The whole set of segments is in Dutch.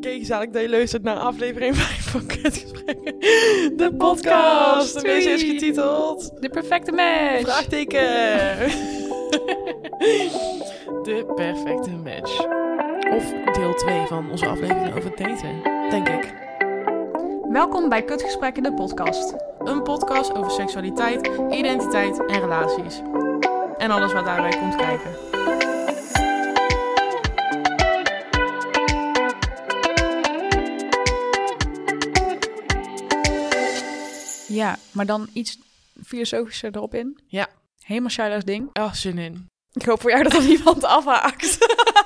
Kijk eens eigenlijk dat je luistert naar aflevering 5 van Kutgesprekken. De podcast. Deze is Wee. getiteld... De perfecte match. Vraagteken. De perfecte match. Of deel 2 van onze aflevering over daten, denk ik. Welkom bij Kutgesprekken, de podcast. Een podcast over seksualiteit, identiteit en relaties. En alles wat daarbij komt kijken. Ja, maar dan iets filosofischer erop in. Ja. Helemaal Shiloh's ding. Ah, zin in. Ik hoop voor jou dat er niemand afhaakt.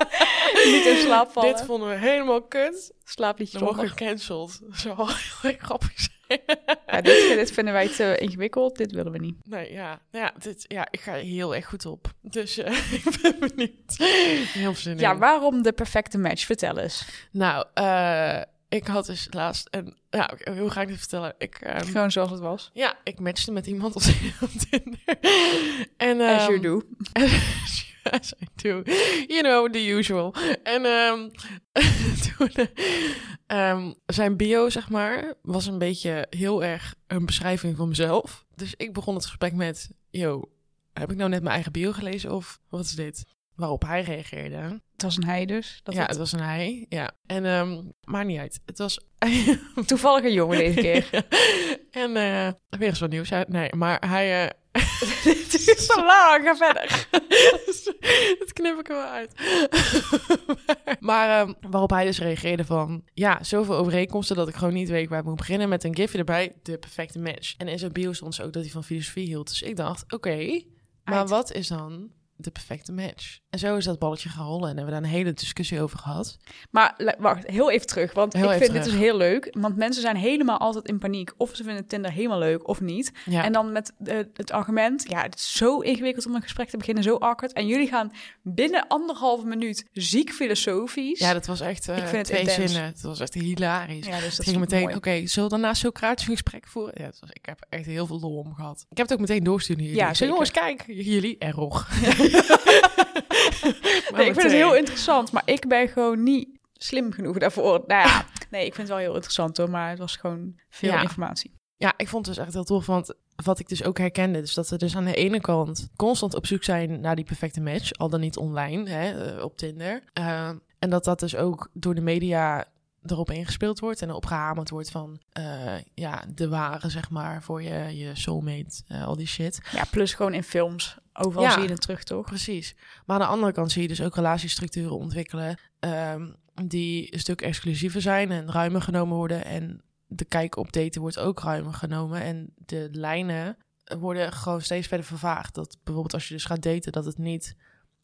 Niet in slaap vallen. Dit vonden we helemaal kut. Slaapliedje Dan worden we zonder. gecanceld. Dat zou wel heel erg grappig zijn. Ja, dit, dit vinden wij te ingewikkeld. Dit willen we niet. Nee, ja. Nou Ja, dit, ja, ik ga er heel erg goed op. Dus eh, ik ben benieuwd. Heel veel zin Ja, in. waarom de perfecte match? Vertel eens. Nou, eh, ik had dus laatst een... Ja, oké, hoe ga ik dit vertellen? Ik, ehm, Gewoon zoals het was. ja, ik matchte met iemand op op Tinder. en, As you ehm, do. As I do. You know, the usual. En ehm, toen, eh, ehm, zijn bio, zeg maar, was een beetje heel erg een beschrijving van mezelf. Dus ik begon het gesprek met, yo, heb ik nou net mijn eigen bio gelezen of wat is dit? Waarop hij reageerde. Het was een hij dus. Dat ja, het- het was een hij. Ja. En, ehm maakt niet uit. Het was Toevallig een jongen deze keer. en eh, weer eens wat nieuws uit. Nee, maar hij. eh, Dit is te lang. Ga verder. dat knip ik er wel uit. maar ehm, waarop hij dus reageerde van... Ja, zoveel overeenkomsten dat ik gewoon niet weet waar ik moet beginnen... met een gifje erbij, de perfecte match. En in zijn bio stond ze ook dat hij van filosofie hield. Dus ik dacht, oké, maar Uit. wat is dan de perfecte match? En zo is dat balletje gaan rollen en hebben we daar een hele discussie over gehad. Maar le- wacht, heel even terug. Want Heel ik even vind dit terug. dus heel leuk. Want mensen zijn helemaal altijd in paniek. Of ze vinden Tinder helemaal leuk of niet. Ja, En dan met eh, het argument, ja, het is zo ingewikkeld om een gesprek te beginnen, zo awkward. En jullie gaan binnen anderhalve minuut ziek filosofisch. ja dat was echt eh, Ik vind het twee intens. zinnen. Het was echt hilarisch. Ja, dus Het dat ging is meteen, oké, mooi. zullen we daarna Socrates een gesprek voeren? Ja, het was, ik heb echt heel veel lol om gehad. Ik heb het ook meteen doorsturen naar jullie. Ja, Ik zei, zeker. jongens, kijk, jullie en Rog. Nee, ik vind het heel interessant, maar ik ben gewoon niet slim genoeg daarvoor. Nou ja, nee, ik vind het wel heel interessant hoor, maar het was gewoon veel Ja. informatie. Ja, ik vond het dus echt heel tof, want wat ik dus ook herkende, dus dat we dus aan de ene kant constant op zoek zijn naar die perfecte match, al dan niet online, hè, eh, op Tinder. Eh, en dat dat dus ook door de media erop ingespeeld wordt en erop gehamerd wordt van, eh, ja, de ware, zeg maar, voor je, je soulmate, eh, al die shit. Ja, plus gewoon in films. Overal Ja. zie je het terug, toch? Precies. Maar aan de andere kant zie je dus ook relatiestructuren ontwikkelen ehm, die een stuk exclusiever zijn en ruimer genomen worden. En de kijk op daten wordt ook ruimer genomen. En de lijnen worden gewoon steeds verder vervaagd. Dat bijvoorbeeld als je dus gaat daten, dat het niet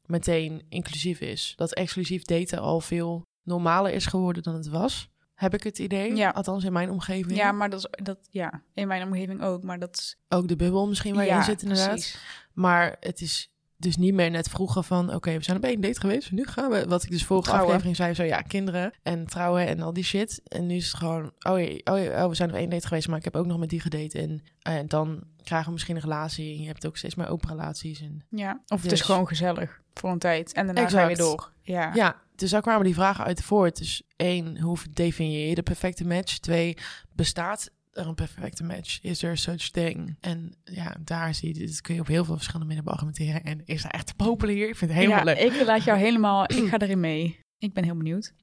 meteen inclusief is. Dat exclusief daten al veel normaler is geworden dan het was. Heb ik het idee? Ja. Althans in mijn omgeving. Ja, maar dat, is- dat ja, in mijn omgeving ook, maar dat is... Ook de bubbel misschien waar je ja, in zit inderdaad. precies. Maar het is dus niet meer net vroeger van... oké, we zijn op één date geweest, nu gaan we... wat ik dus vorige Trouwen. aflevering zei, zo ja, kinderen en trouwen en al die shit. En nu is het gewoon, oh, jee, oh, jee, oh we zijn op één date geweest... maar ik heb ook nog met die gedate en, en dan krijgen we misschien een relatie... en je hebt ook steeds meer open relaties. En, Ja, of het Dus- is gewoon gezellig voor een tijd. En daarna ga je Exact. weer door. Ja. ja. dus daar kwamen die vragen uit voort. Dus één, hoe definieer je de perfecte match? Twee, bestaat er een perfecte match? Is er such thing? En ja, daar zie je, dit kun je op heel veel verschillende manieren beargumenteren... en is daar echt te populier? Ik vind het helemaal ja, leuk. Ik laat jou helemaal, ik ga erin mee. Ik ben heel benieuwd.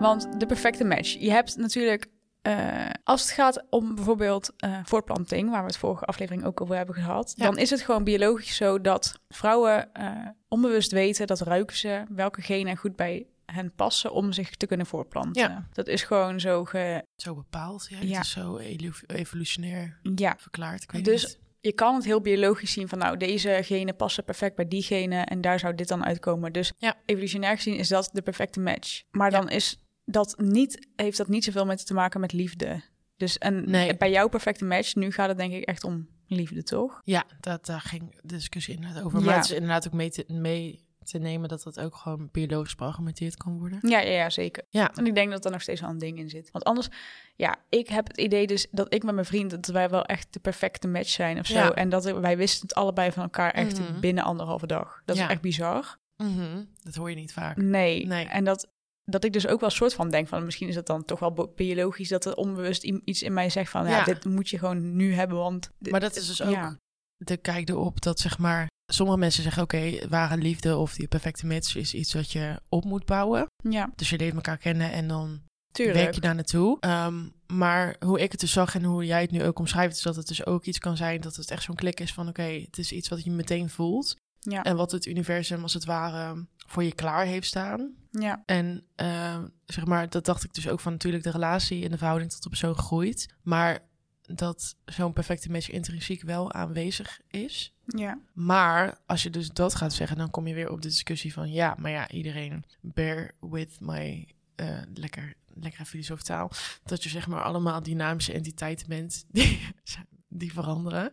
Want de perfecte match. Je hebt natuurlijk, eh, als het gaat om bijvoorbeeld eh, voortplanting, waar we het vorige aflevering ook over hebben gehad, Ja. dan is het gewoon biologisch zo dat vrouwen eh, onbewust weten, dat ruiken ze, welke genen goed bij hen passen om zich te kunnen voortplanten. Ja. Dat is gewoon zo ge, zo bepaald. Ja, het Ja. is zo elu- evolutionair ja, verklaard. Ik weet Dus- niet. je kan het heel biologisch zien van nou, deze genen passen perfect bij die genen en daar zou dit dan uitkomen. Dus Ja. evolutionair gezien is dat de perfecte match. Maar Ja. dan is dat niet, heeft dat niet zoveel met te maken met liefde. Dus en Nee. bij jouw perfecte match, nu gaat het denk ik echt om liefde, toch? Ja, dat, daar ging de discussie inderdaad over. Ja. Maar het is inderdaad ook mee, te- mee te nemen dat dat ook gewoon biologisch beargumenteerd kan worden. Ja, ja, ja, zeker. Ja. En ik denk dat daar nog steeds wel een ding in zit. Want anders, ja, ik heb het idee dus dat ik met mijn vriend, dat wij wel echt de perfecte match zijn of zo. Ja. En dat wij wisten het allebei van elkaar echt Mhm. binnen anderhalve dag. Dat Ja. is echt bizar. Mhm. Dat hoor je niet vaak. Nee. Nee. En dat, dat ik dus ook wel een soort van denk van, misschien is dat dan toch wel bo- biologisch dat er onbewust i- iets in mij zegt van, ja, Ja. dit moet je gewoon nu hebben, want... dit- Maar dat is dus ook Ja. de kijk erop dat zeg maar... Sommige mensen zeggen oké, ware liefde of die perfecte match is iets wat je op moet bouwen. ja, Dus je leert elkaar kennen en dan werk tuurlijk. je daar naartoe. Ehm, maar hoe ik het dus zag en hoe jij het nu ook omschrijft, is dat het dus ook iets kan zijn dat het echt zo'n klik is van oké, het is iets wat je meteen voelt. Ja. En wat het universum als het ware voor je klaar heeft staan. Ja, En ehm, zeg maar, dat dacht ik dus ook van natuurlijk de relatie en de verhouding tot de persoon groeit. Maar dat zo'n perfecte match intrinsiek wel aanwezig is. ja. Maar als je dus dat gaat zeggen, dan kom je weer op de discussie van ja, maar ja, iedereen bear with my eh, lekker, lekkere filosoftaal. Dat je zeg maar allemaal dynamische entiteiten bent die, die veranderen.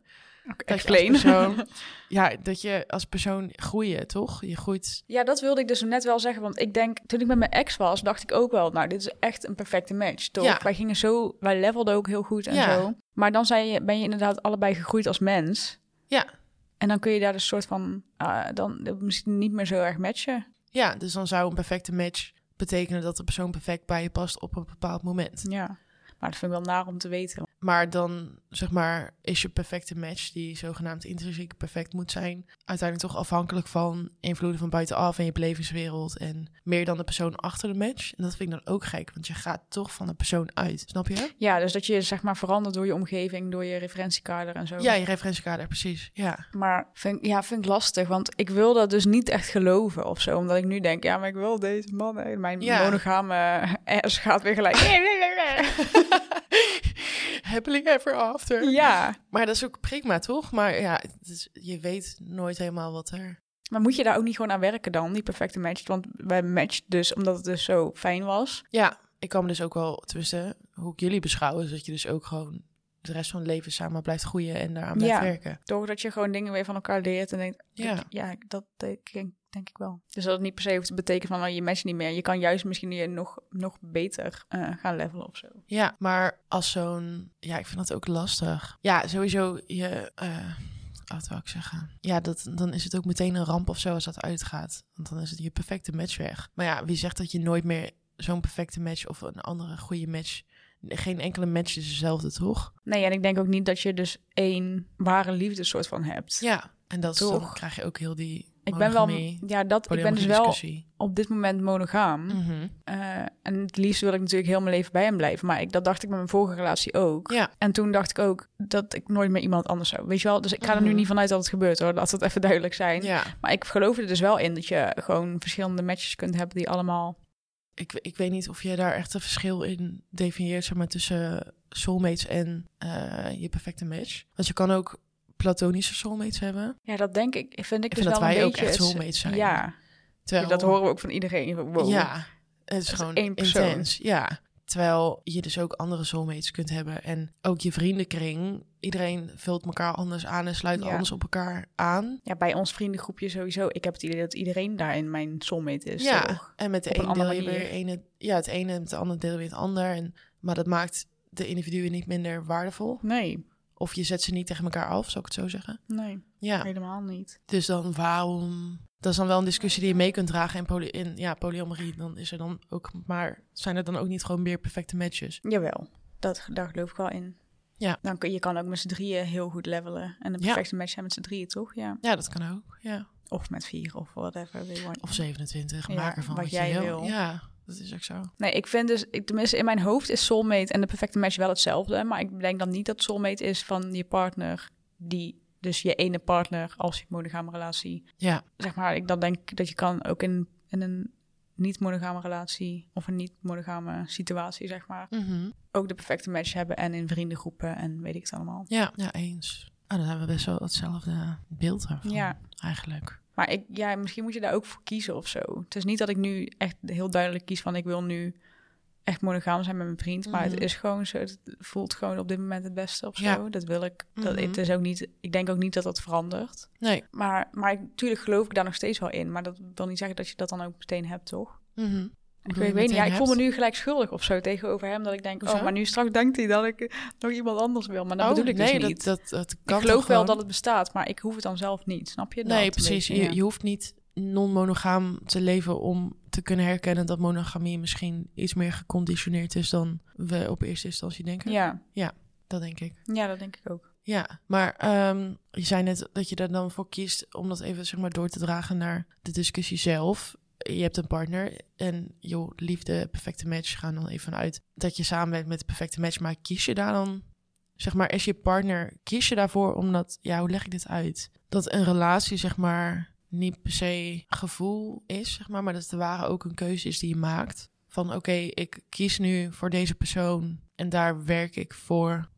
Dat Oké, je als explain. persoon- ja, dat je als persoon groeit, toch? Je groeit. Ja, dat wilde ik dus net wel zeggen. Want ik denk, toen ik met mijn ex was, dacht ik ook wel, nou, dit is echt een perfecte match. Toch? Ja. Wij gingen zo, wij levelden ook heel goed en Ja. zo. Maar dan zijn je, ben je inderdaad allebei gegroeid als mens. Ja. En dan kun je daar dus soort van, ah, dan misschien niet meer zo erg matchen. Ja, dus dan zou een perfecte match betekenen dat de persoon perfect bij je past op een bepaald moment. Ja. Maar dat vind ik wel naar om te weten. Maar dan, zeg maar, is je perfecte match, die zogenaamd intrinsiek perfect moet zijn, uiteindelijk toch afhankelijk van invloeden van buitenaf en je belevingswereld en meer dan de persoon achter de match. En dat vind ik dan ook gek, want je gaat toch van de persoon uit, snap je? Ja, dus dat je zeg maar verandert door je omgeving, door je referentiekader en zo. Ja, je referentiekader, precies. Ja, Maar vind, ik- ja, vind ik lastig, want ik wil dat dus niet echt geloven of zo. Omdat ik nu denk, ja, maar ik wil deze man. hè. Mijn Ja. monogame ass gaat weer gelijk. happily ever after. ja, Maar dat is ook prima, toch? Maar ja, het is- je weet nooit helemaal wat er... maar moet je daar ook niet gewoon aan werken dan, die perfecte match? Want wij matchen dus omdat het dus zo fijn was. Ja, ik kan me dus ook wel, tussen hoe ik jullie beschouw, is dat je dus ook gewoon de rest van het leven samen blijft groeien en daaraan blijft Ja. werken. Doordat je gewoon dingen weer van elkaar leert en denkt, ja, Ja. ja dat denk, ik- denk ik wel. Dus dat het niet per se hoeft te betekenen van, nou, je matcht niet meer. Je kan juist misschien je nog, nog beter eh, gaan levelen of zo. Ja, maar als zo'n... Ja, ik vind dat ook lastig. Ja, sowieso je... eh wat wou ik zeggen? Ja, dat, dan is het ook meteen een ramp of zo als dat uitgaat. Want dan is het je perfecte match weg. Maar ja, wie zegt dat je nooit meer zo'n perfecte match of een andere goede match... Geen enkele match is dezelfde, toch? Nee, en ik denk ook niet dat je dus één ware liefde soort van hebt. Ja, en dat is dan Toch. krijg je ook heel die Ik ben wel, ja, dat, ik ben dus wel discussie. Mhm. op dit moment monogaam. Mm. Eh, en het liefst wil ik natuurlijk heel mijn leven bij hem blijven. Maar ik, dat dacht ik met mijn vorige relatie ook. Ja. En toen dacht ik ook dat ik nooit meer iemand anders zou. Weet je wel, dus ik ga er nu Mhm. niet vanuit dat het gebeurt hoor. Laat dat even duidelijk zijn. Ja, Maar ik geloof er dus wel in dat je gewoon verschillende matches kunt hebben die allemaal... ik, ik weet niet of je daar echt een verschil in definieert, zeg maar, tussen eh, soulmates en eh, je perfecte match. Want je kan ook platonische soulmates hebben. Ja, dat denk ik, vind ik Ik dus vind dat wel wij een ook beetje... echt soulmates zijn. Ja, Terwijl, dat horen we ook van iedereen. Wow. Ja, het is is gewoon één persoon. intens. Ja. Terwijl je dus ook andere soulmates kunt hebben. En ook je vriendenkring. Iedereen vult elkaar anders aan en sluit Ja. anders op elkaar aan. Ja, bij ons vriendengroepje sowieso. Ik heb het idee dat iedereen daarin mijn soulmate is. ja, toch? en met de Op een een andere deel je manier. weer ene, ja, het ene en met de andere deel weer het ander. En, maar dat maakt de individuen niet minder waardevol. Nee, Of je zet ze niet tegen elkaar af, zou ik het zo zeggen. nee, Ja, helemaal niet. dus dan waarom... Dat is dan wel een discussie die je mee kunt dragen in, poly, in ja, polyamorie. Dan is er dan ook, maar zijn er dan ook niet gewoon meer perfecte matches? Jawel, dat, daar geloof ik wel in. Ja. Dan kun, je kan ook met z'n drieën heel goed levelen. En de Ja. perfecte match zijn met z'n drieën, toch? Ja. Ja, dat kan ook. Ja. Of met vier of whatever. we want. Of 27, Ja, maak ervan wat wat, jij je wil. wil. Ja, dat is ook zo. Nee, ik vind dus, ik, tenminste in mijn hoofd is soulmate en de perfecte match wel hetzelfde. Maar ik denk dan niet dat soulmate is van je partner die... Dus je ene partner als je monogame relatie. Ja, Zeg maar, ik, dan denk ik dat je kan ook in, in een niet-monogame relatie... of een niet-monogame situatie, zeg maar... Mhm. ook de perfecte match hebben. En in vriendengroepen en weet ik het allemaal. ja. ja eens. Ah, dan hebben we best wel hetzelfde beeld daarvan, Ja. eigenlijk. Maar ik, ja, misschien moet je daar ook voor kiezen of zo. Het is niet dat ik nu echt heel duidelijk kies van ik wil nu echt monogaam zijn met mijn vriend. Maar het Mhm. is gewoon zo. Het voelt gewoon op dit moment het beste of zo. Ja. Dat wil ik. Dat, Mhm. Het is ook niet. Ik denk ook niet dat dat verandert. Nee. Maar, maar ik- natuurlijk geloof ik daar nog steeds wel in. Maar dat wil niet zeggen dat je dat dan ook meteen hebt, toch? Mhm. Ik bedoel weet, je ik weet niet. Ja, ik meteen voel me nu gelijk schuldig of zo tegenover hem. Dat ik denk, Hoezo? oh, maar nu straks denkt hij dat ik eh, nog iemand anders wil. Maar dat Oh, bedoel ik nee, dus niet. Dat, dat, dat kan ik geloof toch wel gewoon? dat het bestaat, maar ik hoef het dan zelf niet. Snap je? dat Nee, een precies. beetje, je, je hoeft niet non-monogaam te leven om te kunnen herkennen dat monogamie misschien iets meer geconditioneerd is dan we op eerste instantie denken. ja. Dat denk ik. ja, ja, dat denk ik ook. Ja, maar ehm, je zei net dat je er dan voor kiest om dat even zeg maar, door te dragen naar de discussie zelf. Je hebt een partner en joh, liefde, perfecte match, gaan dan even uit dat je samen bent met de perfecte match. Maar kies je daar dan, zeg maar, als je partner, kies je daarvoor omdat, ja, hoe leg ik dit uit? Dat een relatie, zeg maar, niet per se gevoel is, zeg maar, maar dat het de ware ook een keuze is die je maakt. Van oké, ik kies nu voor deze persoon en daar werk ik voor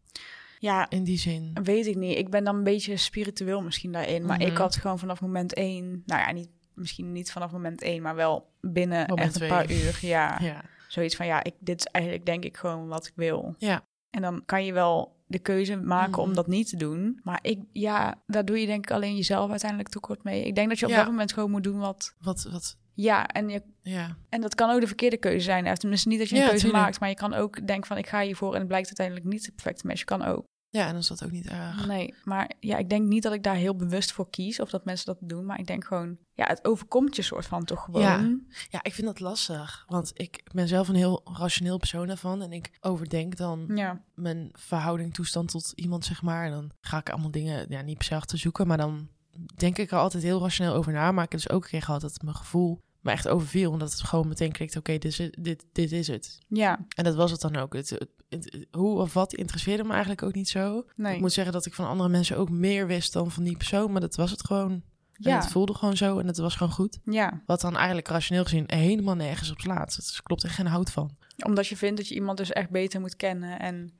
Ja, in die zin. Weet ik niet. Ik ben dan een beetje spiritueel misschien daarin. Maar Mhm. ik had gewoon vanaf moment één... Nou ja, niet, misschien niet vanaf moment één, maar wel binnen Moment echt een twee. paar uur. Ja, Ja. zoiets van ja, ik, dit is eigenlijk denk ik gewoon wat ik wil. Ja. En dan kan je wel de keuze maken Mhm. om dat niet te doen. Maar ik, ja, daar doe je denk ik alleen jezelf uiteindelijk tekort mee. Ik denk dat je op Ja. dat moment gewoon moet doen wat... Wat, wat, Ja, en, je, ja. en dat kan ook de verkeerde keuze zijn. Eh, Tenminste niet dat je een Ja, keuze tuurlijk. maakt, maar je kan ook denken van ik ga hiervoor... en het blijkt uiteindelijk niet de perfecte match. Kan ook. Ja, en dan is dat ook niet erg. Nee, maar ja, ik denk niet dat ik daar heel bewust voor kies of dat mensen dat doen. Maar ik denk gewoon, ja, het overkomt je soort van toch gewoon. Ja. Ja, ik vind dat lastig, want ik ben zelf een heel rationeel persoon daarvan en ik overdenk dan ja. mijn verhouding, toestand tot iemand, zeg maar. En dan ga ik allemaal dingen, ja, niet per se achter zoeken, maar dan denk ik er altijd heel rationeel over na. Maar ik heb dus ook een keer gehad dat mijn gevoel me echt overviel, omdat het gewoon meteen klikt, oké, dit, is het- dit, dit is het. Ja, En dat was het dan ook. Het, het- het- hoe of wat interesseerde me eigenlijk ook niet zo. nee. Ik moet zeggen dat ik van andere mensen ook meer wist dan van die persoon, maar dat was het gewoon. En ja. het voelde gewoon zo en het was gewoon goed. ja, Wat dan eigenlijk rationeel gezien helemaal nergens op slaat. Dat klopt echt geen hout van. omdat je vindt dat je iemand dus echt beter moet kennen. En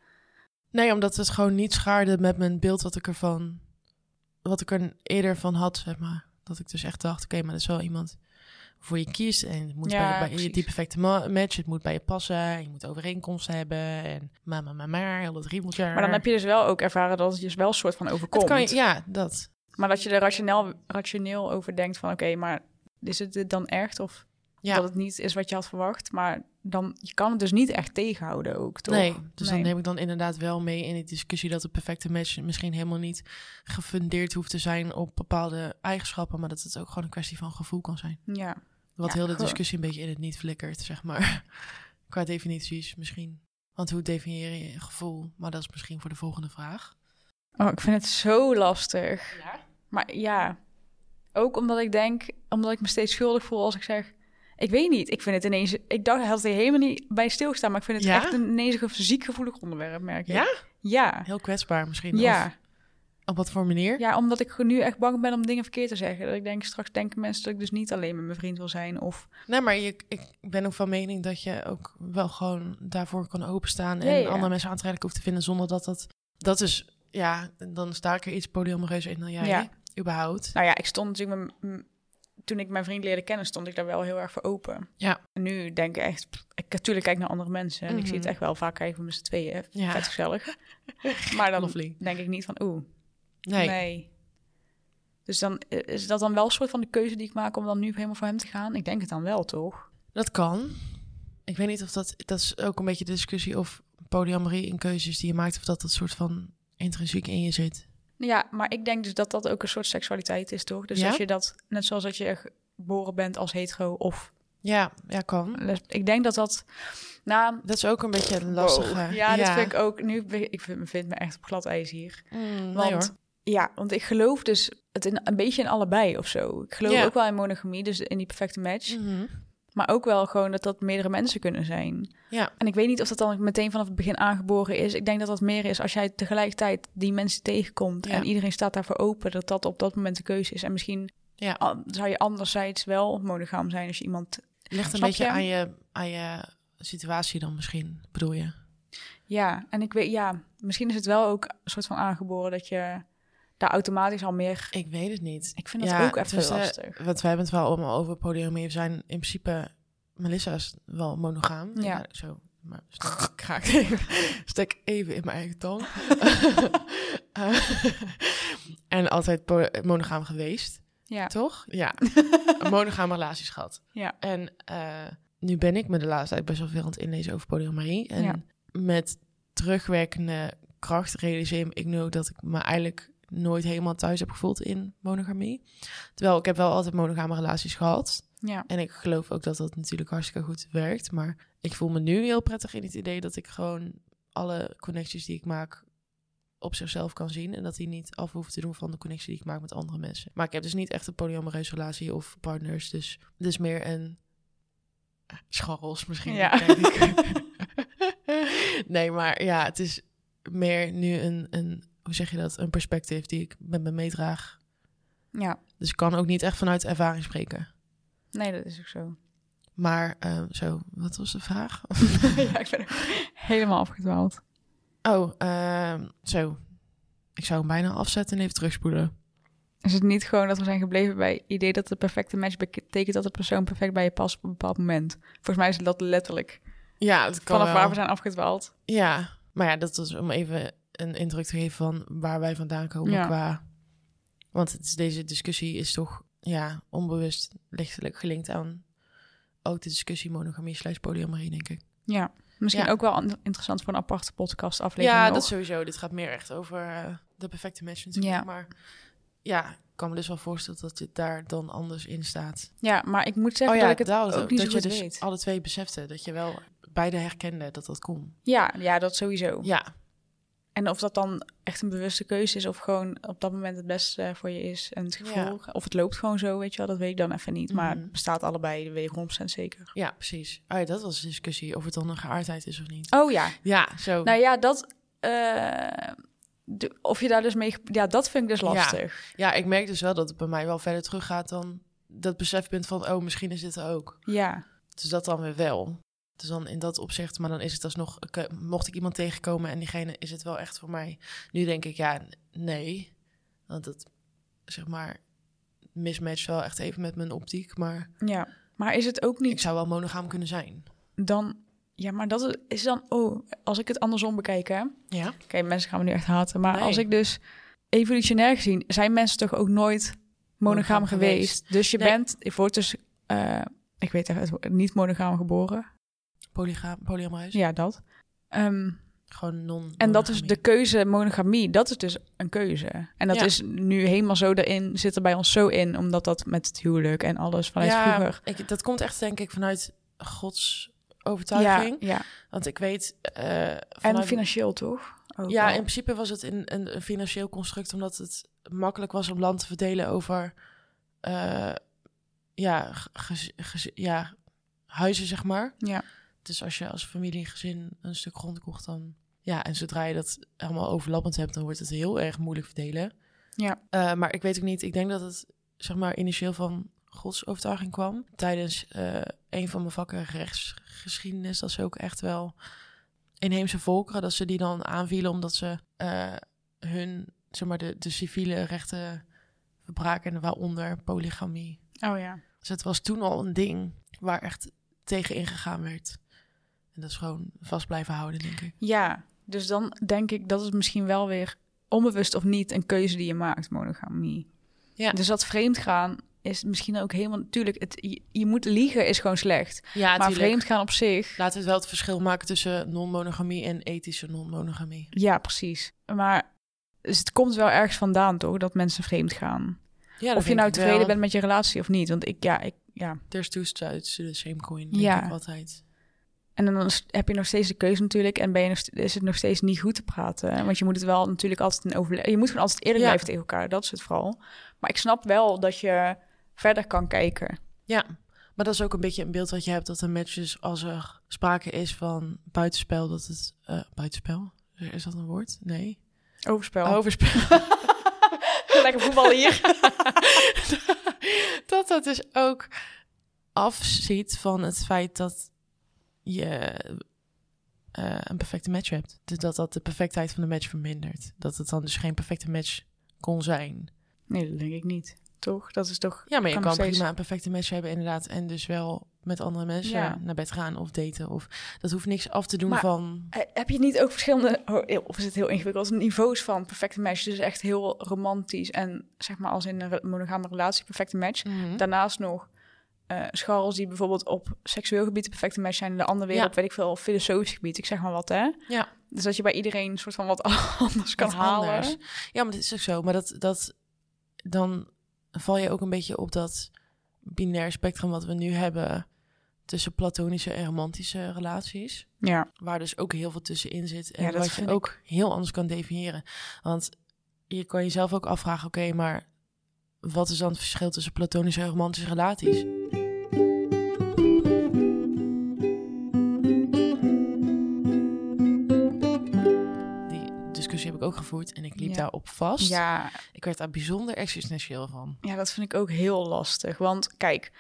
Nee, omdat het gewoon niet schaarde met mijn beeld wat ik ervan... Wat ik er eerder van had, zeg maar. Dat ik dus echt dacht, oké, maar dat is wel iemand voor je kiest. En het moet Ja, bij, bij je precies. die perfecte ma- match, het moet bij je passen. En je moet overeenkomsten hebben. En maar, maar, maar, maar, heel dat riemeltje. maar dan heb je dus wel ook ervaren dat het je dus wel een soort van overkomt. kan je, Ja, dat. Maar dat je er rationeel, rationeel over denkt van oké, maar is het dit dan echt? Of Ja. dat het niet is wat je had verwacht. Maar dan, je kan het dus niet echt tegenhouden ook, toch? Nee, dus Nee. dan neem ik dan inderdaad wel mee in die discussie dat de perfecte match misschien helemaal niet gefundeerd hoeft te zijn op bepaalde eigenschappen, maar dat het ook gewoon een kwestie van gevoel kan zijn. Ja. Wat Ja, heel de gewoon. discussie een beetje in het niet flikkert, zeg maar. Qua definities misschien. Want hoe definieer je gevoel? Maar dat is misschien voor de volgende vraag. Oh, ik vind het zo lastig. Ja? Maar ja, ook omdat ik denk, omdat ik me steeds schuldig voel als ik zeg, ik weet niet, ik vind het ineens, ik dacht, had er helemaal niet bij stilgestaan, maar ik vind het Ja? echt een, ineens een fysiek gevoelig onderwerp, merk ik. Ja? Ja. Heel kwetsbaar misschien. Of Ja. op wat voor manier? ja, omdat ik nu echt bang ben om dingen verkeerd te zeggen. Dat ik denk, straks denken mensen dat ik dus niet alleen met mijn vriend wil zijn. Of Nee, maar je, ik ben ook van mening dat je ook wel gewoon daarvoor kan openstaan en Ja, ja. andere mensen aantrekkelijk hoeft te vinden zonder dat dat. Dat is, ja, dan sta ik er iets polyamoreus in dan jij, Ja. überhaupt. Nou ja, ik stond natuurlijk met m- toen ik mijn vriend leerde kennen, stond ik daar wel heel erg voor open. Ja. En nu denk ik echt, pff, ik natuurlijk kijk ik naar andere mensen en ik zie het Mhm. echt wel vaak kijken met z'n tweeën. Ja. Vet gezellig. maar dan Lovely. denk ik niet van, oeh, Nee. nee. Dus dan eh, is dat dan wel een soort van de keuze die ik maak om dan nu helemaal voor hem te gaan? Ik denk het dan wel, toch? dat kan. Ik weet niet of dat, dat is ook een beetje de discussie of polyamorie in keuzes die je maakt, of dat dat soort van intrinsiek in je zit. Nou Ja, maar ik denk dus dat dat ook een soort seksualiteit is, toch? Dus Ja? als je dat, net zoals dat je geboren bent als hetero of Ja, ja, kan. les, ik denk dat dat, nou, Dat is ook een beetje een lastige. Wow. Ja, dat vind ik ook. Nu be- ik vind, vind me echt op glad ijs hier. Mm, nee Want hoor. ja, want ik geloof dus het in, een beetje in allebei of zo. Ik geloof Ja. ook wel in monogamie, dus in die perfecte match. Mhm. Maar ook wel gewoon dat dat meerdere mensen kunnen zijn. Ja. En ik weet niet of dat dan meteen vanaf het begin aangeboren is. Ik denk dat dat meer is als jij tegelijkertijd die mensen tegenkomt Ja. en iedereen staat daarvoor open, dat dat op dat moment de keuze is. En misschien Ja. a- zou je anderzijds wel monogaam zijn als je iemand. Ligt een Snap beetje je? Aan, je, aan je situatie dan misschien, bedoel je? Ja, en ik weet, ja, misschien is het wel ook een soort van aangeboren dat je daar automatisch al meer Ik weet het niet. Ik vind dat Ja, ook even dus, eh, lastig. Want wij hebben het wel allemaal over polyamorie. We zijn in principe, Melissa is wel monogaam. Ja. zo maar stak, ik raakte even, stak even in mijn eigen tong. Eh, en altijd po- monogaam geweest, Ja. toch? Ja, monogame relaties gehad. Ja. En eh, nu ben ik me de laatste tijd best wel veel aan het inlezen over polyamorie. En Ja. met terugwerkende kracht realiseer ik nu dat ik me eigenlijk nooit helemaal thuis heb gevoeld in monogamie. Terwijl ik heb wel altijd monogame relaties gehad. Ja. En ik geloof ook dat dat natuurlijk hartstikke goed werkt. Maar ik voel me nu heel prettig in het idee dat ik gewoon alle connecties die ik maak op zichzelf kan zien. En dat die niet af hoeven te doen van de connectie die ik maak met andere mensen. Maar ik heb dus niet echt een polyamoreuze relatie of partners. Dus het is meer een eh, scharrels misschien. Ja. denk ik. nee, maar ja, het is meer nu een, een, hoe zeg je dat, een perspectief die ik met me meedraag. ja. Dus ik kan ook niet echt vanuit ervaring spreken. Nee, dat is ook zo. Maar eh, zo, wat was de vraag? ja, ik ben ook helemaal afgedwaald. Oh, ehm, zo. Ik zou hem bijna afzetten en even terugspoelen. Is het niet gewoon dat we zijn gebleven bij het idee dat de perfecte match betekent dat de persoon perfect bij je past op een bepaald moment? Volgens mij is dat letterlijk. Ja, dat kan Vanaf wel. waar we zijn afgedwaald. Ja, maar ja, dat is om even een indruk te geven van waar wij vandaan komen Ja. qua... Want het is, deze discussie is toch ja, onbewust lichtelijk gelinkt aan ook de discussie monogamie slash polyamorie, denk ik. Ja. Misschien Ja. ook wel an- interessant voor een aparte podcast aflevering. Ja, dat sowieso. Dit gaat meer echt over eh, de perfecte match natuurlijk. Ja. Maar ja, ik kan me dus wel voorstellen dat dit daar dan anders in staat. ja, maar ik moet zeggen dat ik het Oh dat ook niet dat zo je goed dus weet. alle twee besefte dat je wel beide herkende dat dat kon. Ja, ja, dat sowieso. Ja, En of dat dan echt een bewuste keuze is of gewoon op dat moment het beste eh, voor je is en het gevoel. Of het loopt gewoon zo, weet je wel, dat weet ik dan even niet. Maar Mhm. het bestaat allebei, dat weet ik 100% zeker. ja, precies. Oh ja, dat was de discussie of het dan een geaardheid is of niet. Oh ja, Ja, zo. nou ja, dat... eh, de- of je daar dus mee... ge- Ja, dat vind ik dus Ja. lastig. Ja, ik merk dus wel dat het bij mij wel verder teruggaat dan dat besefpunt van oh, misschien is dit er ook. Ja, Dus dat dan weer wel. Dus dan in dat opzicht, maar dan is het alsnog, oké, mocht ik iemand tegenkomen en diegene is het wel echt voor mij. Nu denk ik ja, n- nee. Want dat, zeg maar, mismatcht wel echt even met mijn optiek. Maar ja. Maar is het ook ik niet zou wel monogaam kunnen zijn. dan... Ja, maar dat is- is dan... Oh, als ik het andersom bekijk, hè. Oké, Ja. mensen gaan me nu echt haten. Maar Nee. als ik dus... Evolutionair gezien zijn mensen toch ook nooit monogaam, Monogaam geweest. geweest. Dus je Nee. bent... Je wordt dus... eh, ik weet even het woord- niet monogaam geboren. Polygaam, polyamoreus? Ja, dat. Ehm, Gewoon non en dat is de keuze monogamie. Dat is dus een keuze. En dat Ja. is nu helemaal zo erin, zit er bij ons zo in, omdat dat met het huwelijk en alles vanuit ja, vroeger. Ik, dat komt echt denk ik vanuit Gods Ja, overtuiging. ja. Want ik weet... eh, En vanuit- financieel toch? Ook Ja, wel. in principe was het een, een, een financieel construct... omdat het makkelijk was om land te verdelen over... eh, ja, gez- gez- ja, huizen, zeg maar. Ja. Dus als je als familie, gezin een stuk grond kocht, dan... Ja, en zodra je dat allemaal overlappend hebt... dan wordt het heel erg moeilijk verdelen. Ja. Eh, maar ik weet ook niet. Ik denk dat het zeg maar initieel van Gods overtuiging kwam. Tijdens eh, een van mijn vakken rechtsgeschiedenis, dat ze ook echt wel inheemse volkeren, dat ze die dan aanvielen omdat ze eh, hun, zeg maar, de, de civiele rechten verbraken, waaronder polygamie. Oh ja. Dus het was toen al een ding waar echt tegen ingegaan werd. En dat is gewoon vast blijven houden, denk ik. Ja, dus dan denk ik dat het misschien wel weer onbewust of niet een keuze die je maakt, monogamie. Ja. Dus dat vreemd gaan is misschien ook helemaal... Natuurlijk, het, je, je moet liegen is gewoon slecht. Ja, maar vreemd gaan op zich... Laat het wel het verschil maken tussen non-monogamie en ethische non-monogamie. Ja, precies. Maar dus het komt wel ergens vandaan, toch? Dat mensen vreemd gaan. Ja, of je nou tevreden bent met je relatie of niet. Want ik, ja, ik, ja. There's two sides to the same coin, denk Ja. ik altijd. En dan is- heb je nog steeds de keuze natuurlijk. En ben je nog, st- is het nog steeds niet goed te praten. hè? Want je moet het wel natuurlijk altijd in overleg. Je moet gewoon altijd eerlijk Ja. blijven tegen elkaar. Dat is het vooral. Maar ik snap wel dat je verder kan kijken. Ja, maar dat is ook een beetje een beeld wat je hebt dat een match is als er sprake is van buitenspel, dat het... eh, buitenspel? Is dat een woord? Nee. Oh. Overspel. Overspel. Oh, Lekker voetballen hier. dat dat dus ook afziet van het feit dat je eh, een perfecte match hebt. Dus dat dat de perfectheid van de match vermindert. Dat het dan dus geen perfecte match kon zijn. Nee, dat denk ik niet. toch? Dat is toch... Ja, maar je kan kan, nog steeds- prima een perfecte match hebben inderdaad. En dus wel met andere mensen Ja. naar bed gaan of daten. Of, dat hoeft niks af te doen Maar- van... Eh, Heb je niet ook verschillende, oh, of is het heel ingewikkeld, niveaus van perfecte match? Dus echt heel romantisch en zeg maar als in een re- monogame relatie perfecte match. mhm. Daarnaast nog eh scharrels die bijvoorbeeld op seksueel gebied een perfecte match zijn... en de ander weer Ja. op, weet ik veel, filosofisch gebied, ik zeg maar wat, hè? Ja. Dus dat je bij iedereen een soort van wat anders kan Wat halen. anders. Ja, maar dat is ook zo. Maar dat, dat, dan val je ook een beetje op dat binair spectrum wat we nu hebben... tussen platonische en romantische relaties. Ja, waar dus ook heel veel tussenin zit. En Ja, dat wat je vind ook heel anders kan definiëren. Want je kan jezelf ook afvragen, oké, maar wat is dan het verschil tussen platonische en romantische relaties? Die discussie heb ik ook gevoerd en ik liep Ja. daarop vast. ja, Ik werd daar bijzonder existentieel van. ja, dat vind ik ook heel lastig. Want kijk,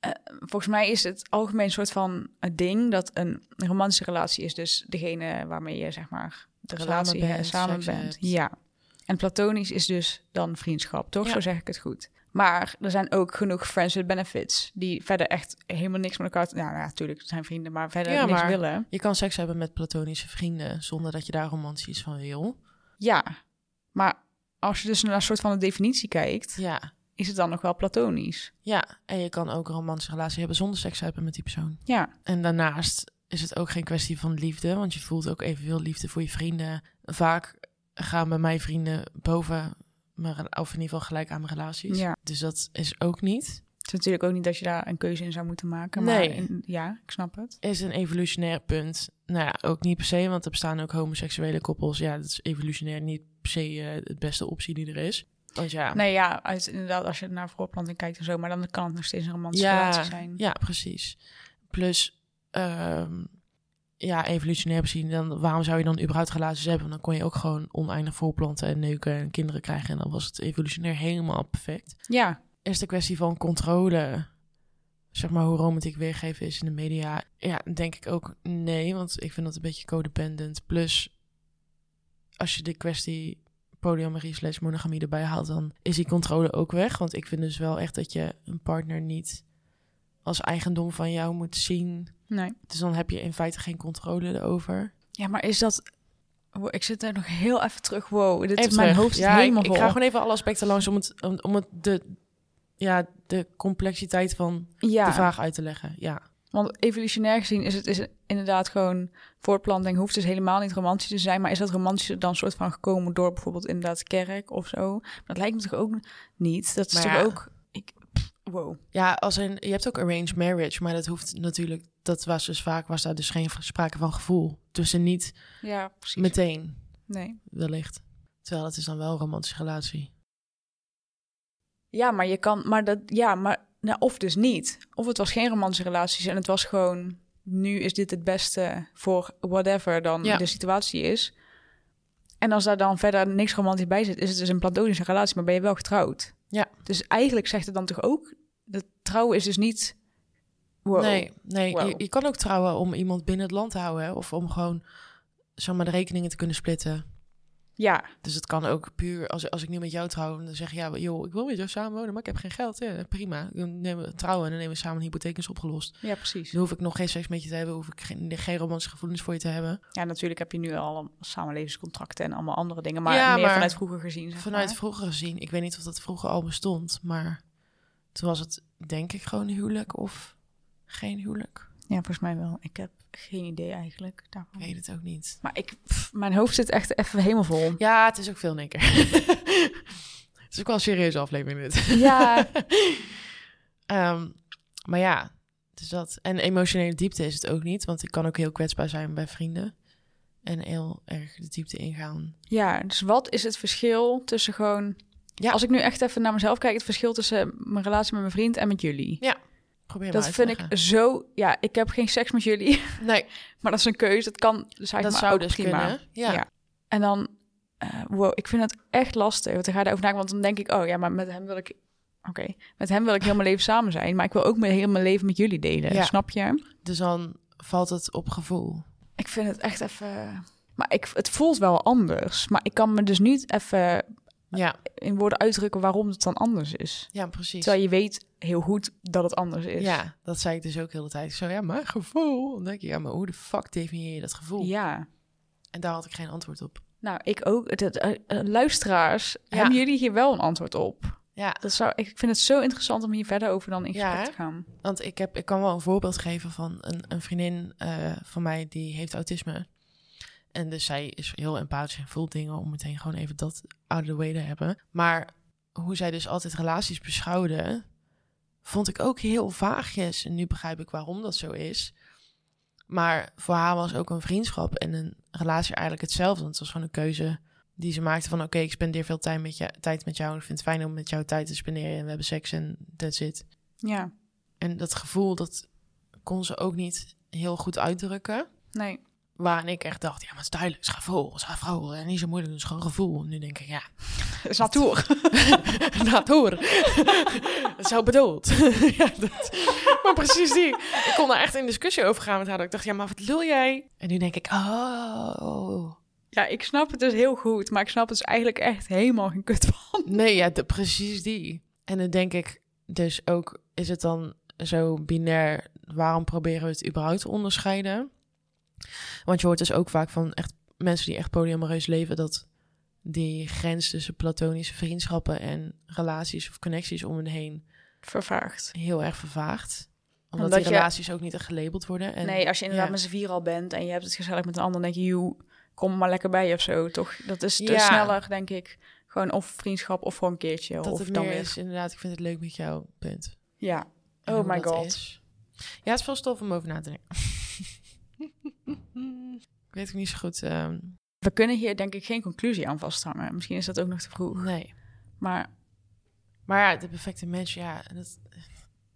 eh, volgens mij is het algemeen soort van een ding... dat een romantische relatie is dus degene waarmee je zeg maar de Samen relatie hè, bent, samen seks bent. hebt. Ja. En platonisch is dus dan vriendschap, toch? Ja. Zo zeg ik het goed. Maar er zijn ook genoeg friends with benefits... die verder echt helemaal niks met elkaar... te- Nou, ja, natuurlijk, het zijn vrienden, maar verder Ja, niks maar- willen. Je kan seks hebben met platonische vrienden zonder dat je daar romantisch iets van wil. Ja, maar als je dus naar een soort van een definitie kijkt, Ja, is het dan nog wel platonisch? ja. En je kan ook een romantische relatie hebben zonder seks te hebben met die persoon. Ja, En daarnaast is het ook geen kwestie van liefde, want je voelt ook evenveel liefde voor je vrienden. Vaak gaan bij mij vrienden boven, mijn, rela- of in ieder geval gelijk aan mijn relaties. Ja. Dus dat is ook niet. het is natuurlijk ook niet dat je daar een keuze in zou moeten maken. Maar Nee. in- ja, ik snap het. Is een evolutionair punt. Nou ja, ook niet per se, want er bestaan ook homoseksuele koppels. Ja, dat is evolutionair niet per se eh, het beste optie die er is. Want ja, Nee, ja, uit, inderdaad, als je naar voorplanting kijkt en zo, maar dan kan het nog steeds een romantische Ja, relatie zijn. ja precies. Plus, ehm, ja, evolutionair bezien, dan, waarom zou je dan überhaupt relaties hebben? Want dan kon je ook gewoon oneindig voorplanten en neuken en kinderen krijgen. En dan was het evolutionair helemaal perfect. Ja, Eerst de kwestie van controle. Zeg maar hoe romantiek weergeven is in de media. Ja, denk ik ook nee, want ik vind dat een beetje codependent. Plus, als je de kwestie polyamorie slash monogamie erbij haalt, dan is die controle ook weg. Want ik vind dus wel echt dat je een partner niet als eigendom van jou moet zien. nee. Dus dan heb je in feite geen controle erover. Ja, maar is dat... Wow, ik zit er nog heel even terug. Wow, dit is Even mijn terug. hoofd is ja, helemaal ik, vol. ik ga gewoon even alle aspecten langs om, het, om, om het de, ja, de complexiteit van ja. de vraag uit te leggen. Ja. Want evolutionair gezien is het is het inderdaad gewoon voortplanting hoeft dus helemaal niet romantisch te zijn. Maar is dat romantische dan soort van gekomen door bijvoorbeeld inderdaad kerk of zo? Maar dat lijkt me toch ook niet. Dat is Maar toch ja. ook. Ik, pff, wow. Ja, als een, je hebt ook arranged marriage, maar dat hoeft natuurlijk, dat was dus vaak, was daar dus geen sprake van gevoel. Tussen niet Ja, precies. meteen, Nee. wellicht. Terwijl het is dan wel een romantische relatie. Ja, maar je kan. Maar dat. Ja, maar. Nou, of dus niet. Of het was geen romantische relaties en het was gewoon. Nu is dit het beste voor whatever dan Ja. de situatie is. En als daar dan verder niks romantisch bij zit, is het dus een platonische relatie, maar ben je wel getrouwd. Ja. Dus eigenlijk zegt het dan toch ook, dat trouwen is dus niet... Wow. Nee, nee Wow. je, je kan ook trouwen om iemand binnen het land te houden. hè, Of om gewoon, zeg maar, de rekeningen te kunnen splitten. Ja, Dus het kan ook puur, als, als ik nu met jou trouw, dan zeg je, ja, joh, ik wil met jou samen wonen, maar ik heb geen geld. Ja, prima, dan nemen we trouwen en dan nemen we samen een hypotheek is opgelost. ja, precies. Dan hoef ik nog geen seks met je te hebben, hoef ik geen, geen romantische gevoelens voor je te hebben. Ja, natuurlijk heb je nu al allemaal samenlevingscontracten en allemaal andere dingen. Maar Ja, meer maar- vanuit vroeger gezien, zeg Vanuit maar. vroeger gezien, ik weet niet of dat vroeger al bestond, maar toen was het denk ik gewoon huwelijk of geen huwelijk. Ja, volgens mij wel. Ik heb geen idee eigenlijk daarvan. Ik weet het ook niet. Maar ik, pff, mijn hoofd zit echt even helemaal vol. Ja, het is ook veel nikker. het is ook wel een serieuze aflevering dit. Ja, Ehm, maar ja, dus dat. En emotionele diepte is het ook niet, want ik kan ook heel kwetsbaar zijn bij vrienden. En heel erg de diepte ingaan. ja, dus wat is het verschil tussen gewoon... Ja. Als ik nu echt even naar mezelf kijk, het verschil tussen mijn relatie met mijn vriend en met jullie. Probeer maar dat uit vind te ik zo... Ja, ik heb geen seks met jullie, leggen. Nee, maar dat is een keuze. Dat kan, dus dat eigenlijk maar zou ook dus prima. kunnen. Ja. Ja. En dan, eh, wow, ik vind het echt lastig. Want dan ga je daarover nadenken, want dan denk ik, oh ja, maar met hem wil ik, oké, met hem wil ik heel mijn leven samen zijn, maar ik wil ook mijn heel mijn leven met jullie delen. Ja. Snap je? Dus dan valt het op gevoel. Ik vind het echt even, maar ik, het voelt wel anders, maar ik kan me dus niet even Ja, in woorden uitdrukken waarom het dan anders is. ja precies. Terwijl je weet heel goed dat het anders is. Ja, dat zei ik dus ook heel de tijd. Ik Zo, ja, mijn gevoel. Dan denk ik, ja, maar hoe de fuck definieer je dat gevoel? Ja. En daar had ik geen antwoord op. Nou, ik ook. Het- het- eh, eh, luisteraars, Ja. hebben jullie hier wel een antwoord op? Ja, Dat zou, ik vind het zo interessant om hier verder over dan in Ja, gesprek hè? te gaan. want ik, heb, ik kan wel een voorbeeld geven van een, een vriendin eh, van mij die heeft autisme. En dus zij is heel empathisch en voelt dingen om meteen gewoon even dat out of the way te hebben. Maar hoe zij dus altijd relaties beschouwde, vond ik ook heel vaagjes. En nu begrijp ik waarom dat zo is. Maar voor haar was ook een vriendschap en een relatie eigenlijk hetzelfde. Want het was gewoon een keuze die ze maakte van... oké, ik spendeer veel tijd met, je, tijd met jou en ik vind het fijn om met jou tijd te spenderen... en we hebben seks en that's it. Ja, En dat gevoel, dat kon ze ook niet heel goed uitdrukken. nee. Waarin ik echt dacht, ja, maar het is duidelijk, het is gevoel, het is haar vrouw. En niet zo moeilijk, het is gewoon gevoel. En nu denk ik, ja, is natuur. laat horen. dat is zo bedoeld. ja, dat, maar precies die. Ik kon daar echt in discussie over gaan met haar. Dat ik dacht, ja, maar wat lul jij? En nu denk ik, oh. Ja, ik snap het dus heel goed, maar ik snap het dus eigenlijk echt helemaal geen kut van. Nee, ja, de- precies die. En dan denk ik dus ook, is het dan zo binair? Waarom proberen we het überhaupt te onderscheiden? Want je hoort dus ook vaak van echt mensen die echt polyamoreus leven, dat die grens tussen platonische vriendschappen en relaties of connecties om hen heen Vervaagd. heel erg vervaagt. Omdat, Omdat die je- relaties ook niet echt gelabeld worden. En, nee, als je inderdaad ja. met z'n vier al bent en je hebt het gezellig met een ander, dan denk je, joe, kom maar lekker bij of zo, toch? Dat is te Ja. sneller, denk ik, gewoon of vriendschap of voor een keertje. dat of het dan meer weer. is, inderdaad, ik vind het leuk met jou, punt. Ja. En Oh hoe my dat god. is. Ja, het is veel stof om over na te denken. ik weet ook niet zo goed. ehm, We kunnen hier denk ik geen conclusie aan vasthangen. Misschien is dat ook nog te vroeg. nee. Maar Maar ja, de perfecte match, ja, dat,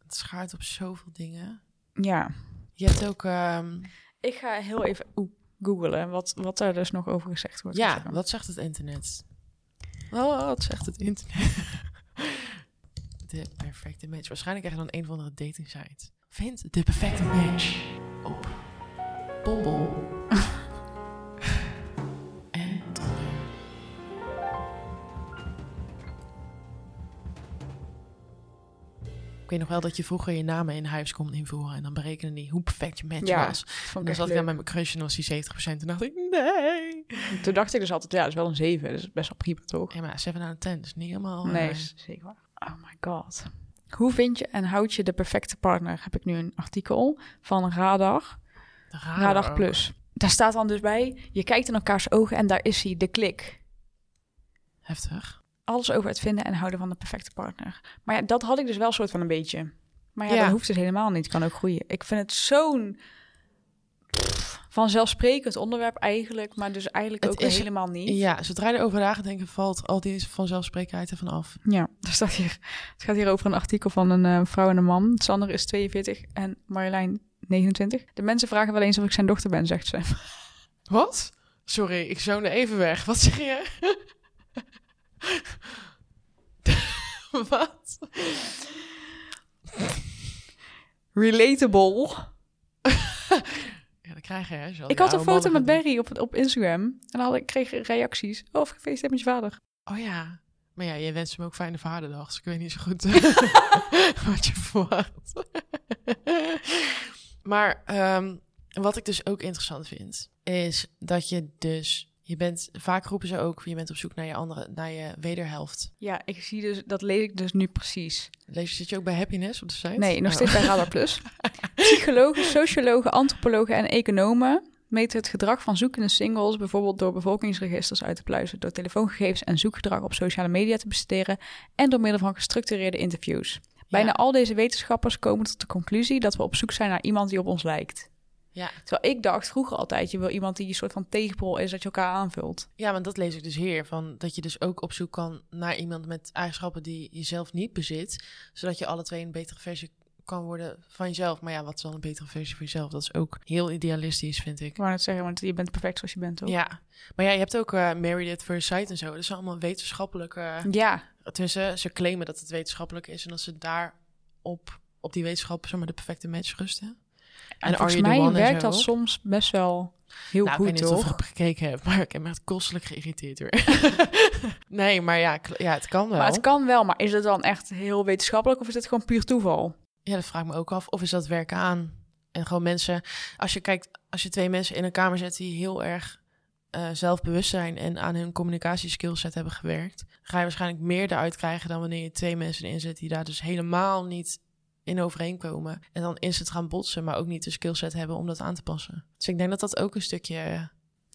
dat schaart op zoveel dingen. ja, Je hebt ook, ehm, ik ga heel even oeh, googlen wat, wat daar dus nog over gezegd wordt. ja, wat zegt het internet? Oh, wat zegt het internet? de perfecte match. Waarschijnlijk krijg je dan een van andere dating sites. Vind de perfecte match op Bumble. en Tinder. Ik weet nog wel dat je vroeger je namen in huis kon invoeren en dan berekenen die hoe perfect je match Ja, was. En Vond ik dan echt zat ik dan leuk. met mijn crush en dan was die 70%. Toen dacht ik, nee. Toen dacht ik dus altijd, ja, dat is wel een 7, dus best wel prima toch? Ja, maar 7 out of 10 is niet helemaal... nee, eh, is zeker. waar. Oh my god. Hoe vind je en houd je de perfecte partner? Heb ik nu een artikel van Radar. raar Radar ook. Plus. Daar staat dan dus bij, je kijkt in elkaars ogen en daar is hij, de klik. Heftig. Alles over het vinden en houden van de perfecte partner. Maar ja, dat had ik dus wel soort van een beetje. Maar ja, Ja. dat hoeft dus helemaal niet. Kan ook groeien. Ik vind het zo'n pff, vanzelfsprekend onderwerp eigenlijk, maar dus eigenlijk Het ook weer is- helemaal niet. Ja, zodra je erover nadenken valt al die vanzelfsprekendheid ervan af. Ja, er staat hier, het gaat hier over een artikel van een eh, vrouw en een man. Sander is 42 en Marjolein 29. De mensen vragen wel eens of ik zijn dochter ben, zegt ze. Wat? Sorry, ik zoonde even weg. Wat zeg je? Wat? Relatable. Ja, dan krijg je hè, zo Ik die had een oude foto mannen met gaan Barry op, op Instagram. En dan had ik, kreeg ik reacties. Oh, gefeliciteerd met je vader. doen. Oh ja. Maar ja, je wenst hem ook fijne vaderdag. Dus ik weet niet zo goed wat je verwacht. maar ehm, wat ik dus ook interessant vind, is dat je dus... Je bent, vaak roepen ze ook, je bent op zoek naar je, andere, naar je wederhelft. Ja, ik zie dus, dat lees ik dus nu precies. Lees, zit je ook bij Happiness op de site? Nee, nog Oh. steeds bij Radar Plus. Psychologen, sociologen, antropologen en economen meten het gedrag van zoekende singles, bijvoorbeeld door bevolkingsregisters uit te pluizen, door telefoongegevens en zoekgedrag op sociale media te bestuderen en door middel van gestructureerde interviews. Bijna al deze wetenschappers komen tot de conclusie dat we op zoek zijn naar iemand die op ons lijkt. Ja. Terwijl ik dacht vroeger altijd, je wil iemand die een soort van tegenpool is dat je elkaar aanvult. Ja, want dat lees ik dus hier. Van dat je dus ook op zoek kan naar iemand met eigenschappen die je zelf niet bezit. Zodat je alle twee een betere versie kan worden van jezelf. Maar ja, wat is dan een betere versie van jezelf? Dat is ook heel idealistisch, vind ik. Ik wou net zeggen, want je bent perfect zoals je bent, toch? Ja, maar ja, je hebt ook eh Married at First Sight en zo. Dat zijn allemaal wetenschappelijke... Ja, Tussen, ze claimen dat het wetenschappelijk is en dat ze daar op, op die wetenschap zeg maar, de perfecte match rusten. en Are volgens You the mij One en werkt zo. dat soms best wel Heel nou, ik goed, weet niet of toch? ik gekeken heb, maar ik heb me echt kostelijk geïrriteerd weer. nee, maar ja, kl- ja, het kan wel. Maar het kan wel, maar is het dan echt heel wetenschappelijk of is het gewoon puur toeval? Ja, dat vraag ik me ook af. Of is dat werken aan? En gewoon mensen, als je kijkt, als je twee mensen in een kamer zet die heel erg eh, zelfbewust zijn en aan hun communicatieskillset hebben gewerkt, ga je waarschijnlijk meer eruit krijgen dan wanneer je twee mensen erin zet die daar dus helemaal niet in overeenkomen. En dan instant gaan botsen, maar ook niet de skillset hebben om dat aan te passen. Dus ik denk dat dat ook een stukje, een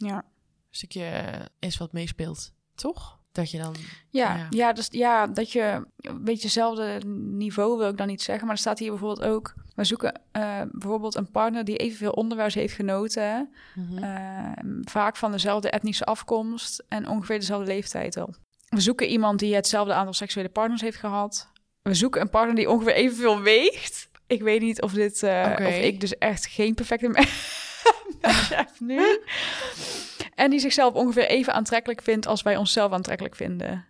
Ja. stukje eh, is wat meespeelt, toch? Dat je Eh. dan. Ja, Ja. ja. dus, ja, dat je een beetje hetzelfde niveau wil ik dan niet zeggen. Maar er staat hier bijvoorbeeld ook... We zoeken eh, bijvoorbeeld een partner die evenveel onderwijs heeft genoten. Hm. Mhm. eh, vaak van dezelfde etnische afkomst en ongeveer dezelfde leeftijd al. We zoeken iemand die hetzelfde aantal seksuele partners heeft gehad. We zoeken een partner die ongeveer evenveel weegt. Ik weet niet of dit... eh, Oké. Of ik dus echt geen perfecte me- match heb nu. En die zichzelf ongeveer even aantrekkelijk vindt als wij onszelf aantrekkelijk vinden.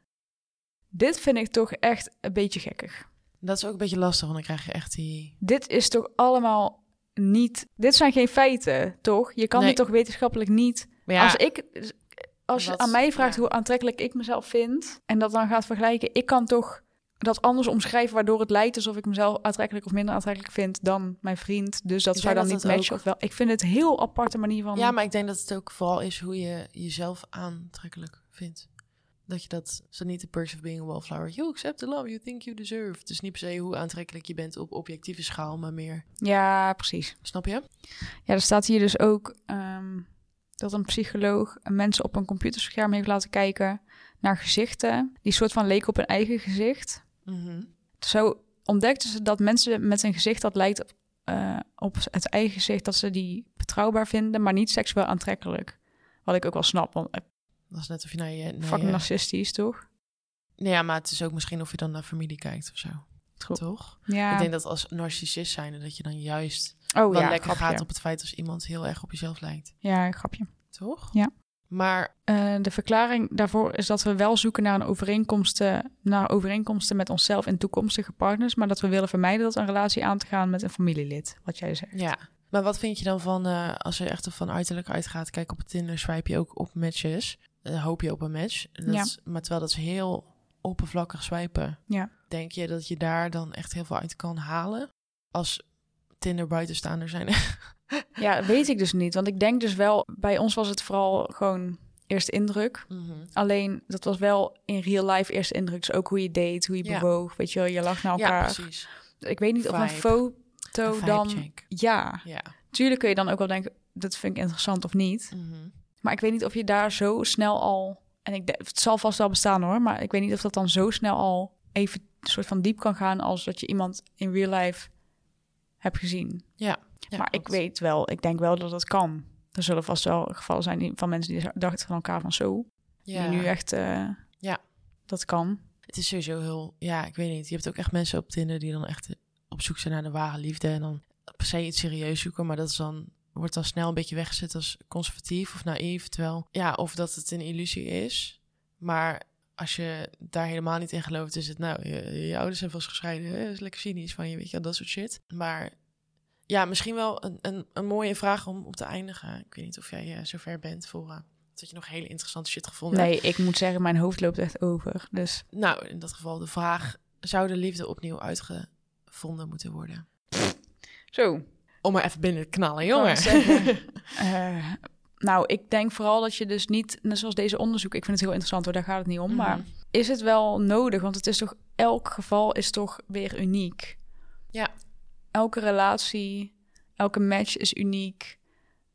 Dit vind ik toch echt een beetje gekkig. Dat is ook een beetje lastig, want dan krijg je echt die. Dit is toch allemaal niet... Dit zijn geen feiten, toch? Je kan Nee. dit toch wetenschappelijk niet... Maar ja, Als ik... Als je Wat- aan mij vraagt ja. hoe aantrekkelijk ik mezelf vind... en dat dan gaat vergelijken... ik kan toch dat anders omschrijven... waardoor het lijkt alsof ik mezelf aantrekkelijk of minder aantrekkelijk vind... dan mijn vriend. Dus dat Ik zou denk dan dat niet dat ook- matchen. Of wel. Ik vind het een heel aparte manier van... Ja, maar ik denk dat het ook vooral is hoe je jezelf aantrekkelijk vindt. Dat je dat, zo niet de person of being a wallflower. You accept the love you think you deserve. Het is niet per se hoe aantrekkelijk je bent op objectieve schaal, maar meer. ja precies. Snap je? Ja, er staat hier dus ook ehm, dat een psycholoog mensen op een computerscherm heeft laten kijken naar gezichten die soort van leken op hun eigen gezicht. Mhm. Zo ontdekten ze dat mensen met een gezicht dat lijkt eh, op het eigen gezicht, dat ze die betrouwbaar vinden, maar niet seksueel aantrekkelijk. Wat ik ook wel snap, want eh, Dat is net of je naar je. Naar fucking je- narcistisch, toch? nee, ja, maar het is ook misschien of je dan naar familie kijkt of zo. True. Toch? Ja. Ik denk dat als narcissist zijnde dat je dan juist oh wel ja, lekker grapje. gaat op het feit als iemand heel erg op jezelf lijkt. Ja, grapje. Toch? Ja. Maar Eh, de verklaring daarvoor is dat we wel zoeken naar, een overeenkomsten, naar overeenkomsten met onszelf en toekomstige partners, maar dat we willen vermijden dat een relatie aan te gaan met een familielid, wat jij zegt. Ja. Maar wat vind je dan van, eh, als je echt van uiterlijk uitgaat, kijk op Tinder, swipe je ook op matches, eh, hoop je op een match. En Dat Ja. is- maar terwijl dat is heel oppervlakkig swipen. Ja. Denk je dat je daar dan echt heel veel uit kan halen? Als Tinder buitenstaander zijn. Ja, dat weet ik dus niet, want ik denk dus wel, bij ons was het vooral gewoon eerste indruk. Alleen dat was wel in real life eerste indruk, dus ook hoe je deed, hoe je Ja. bewoog, weet je wel, je lag naar Ja, elkaar. precies. ik weet niet of een Vibe. foto Een dan... vibecheck. Ja, Ja. tuurlijk kun je dan ook wel denken, dat vind ik interessant of niet. Mhm. Maar ik weet niet of je daar zo snel al. En ik, de- het zal vast wel bestaan hoor. Maar ik weet niet of dat dan zo snel al even een soort van diep kan gaan. als dat je iemand in real life hebt gezien. Ja, maar ik klopt. weet wel, ik denk wel dat dat kan. Er zullen vast wel gevallen zijn die- van mensen die dachten van elkaar van zo. Ja. Die nu echt. eh, Ja. Dat kan. Het is sowieso heel, ja, ik weet niet. Je hebt ook echt mensen op Tinder die dan echt eh, op zoek zijn naar de ware liefde. En dan per se iets serieus zoeken, maar dat is dan, wordt dan snel een beetje weggezet als conservatief of naïef. Terwijl, ja, of dat het een illusie is. Maar als je daar helemaal niet in gelooft, is het nou, je, je ouders zijn vast gescheiden. hè, Dat is lekker cynisch van je, weet je wel, dat soort shit. Maar ja, misschien wel een, een, een mooie vraag om op te eindigen. Ik weet niet of jij eh, zover bent voor eh, dat je nog hele interessante shit gevonden hebt. Nee, ik moet zeggen, mijn hoofd loopt echt over. Dus Nou, in dat geval de vraag: zou de liefde opnieuw uitgevonden moeten worden? zo. Om maar even binnen te knallen, kan jongen. het zeggen. Eh, nou, ik denk vooral dat je dus niet, net zoals deze onderzoek, ik vind het heel interessant hoor, daar gaat het niet om. Maar Mhm. is het wel nodig? Want het is toch, elk geval is toch weer uniek. Ja. Elke relatie, elke match is uniek.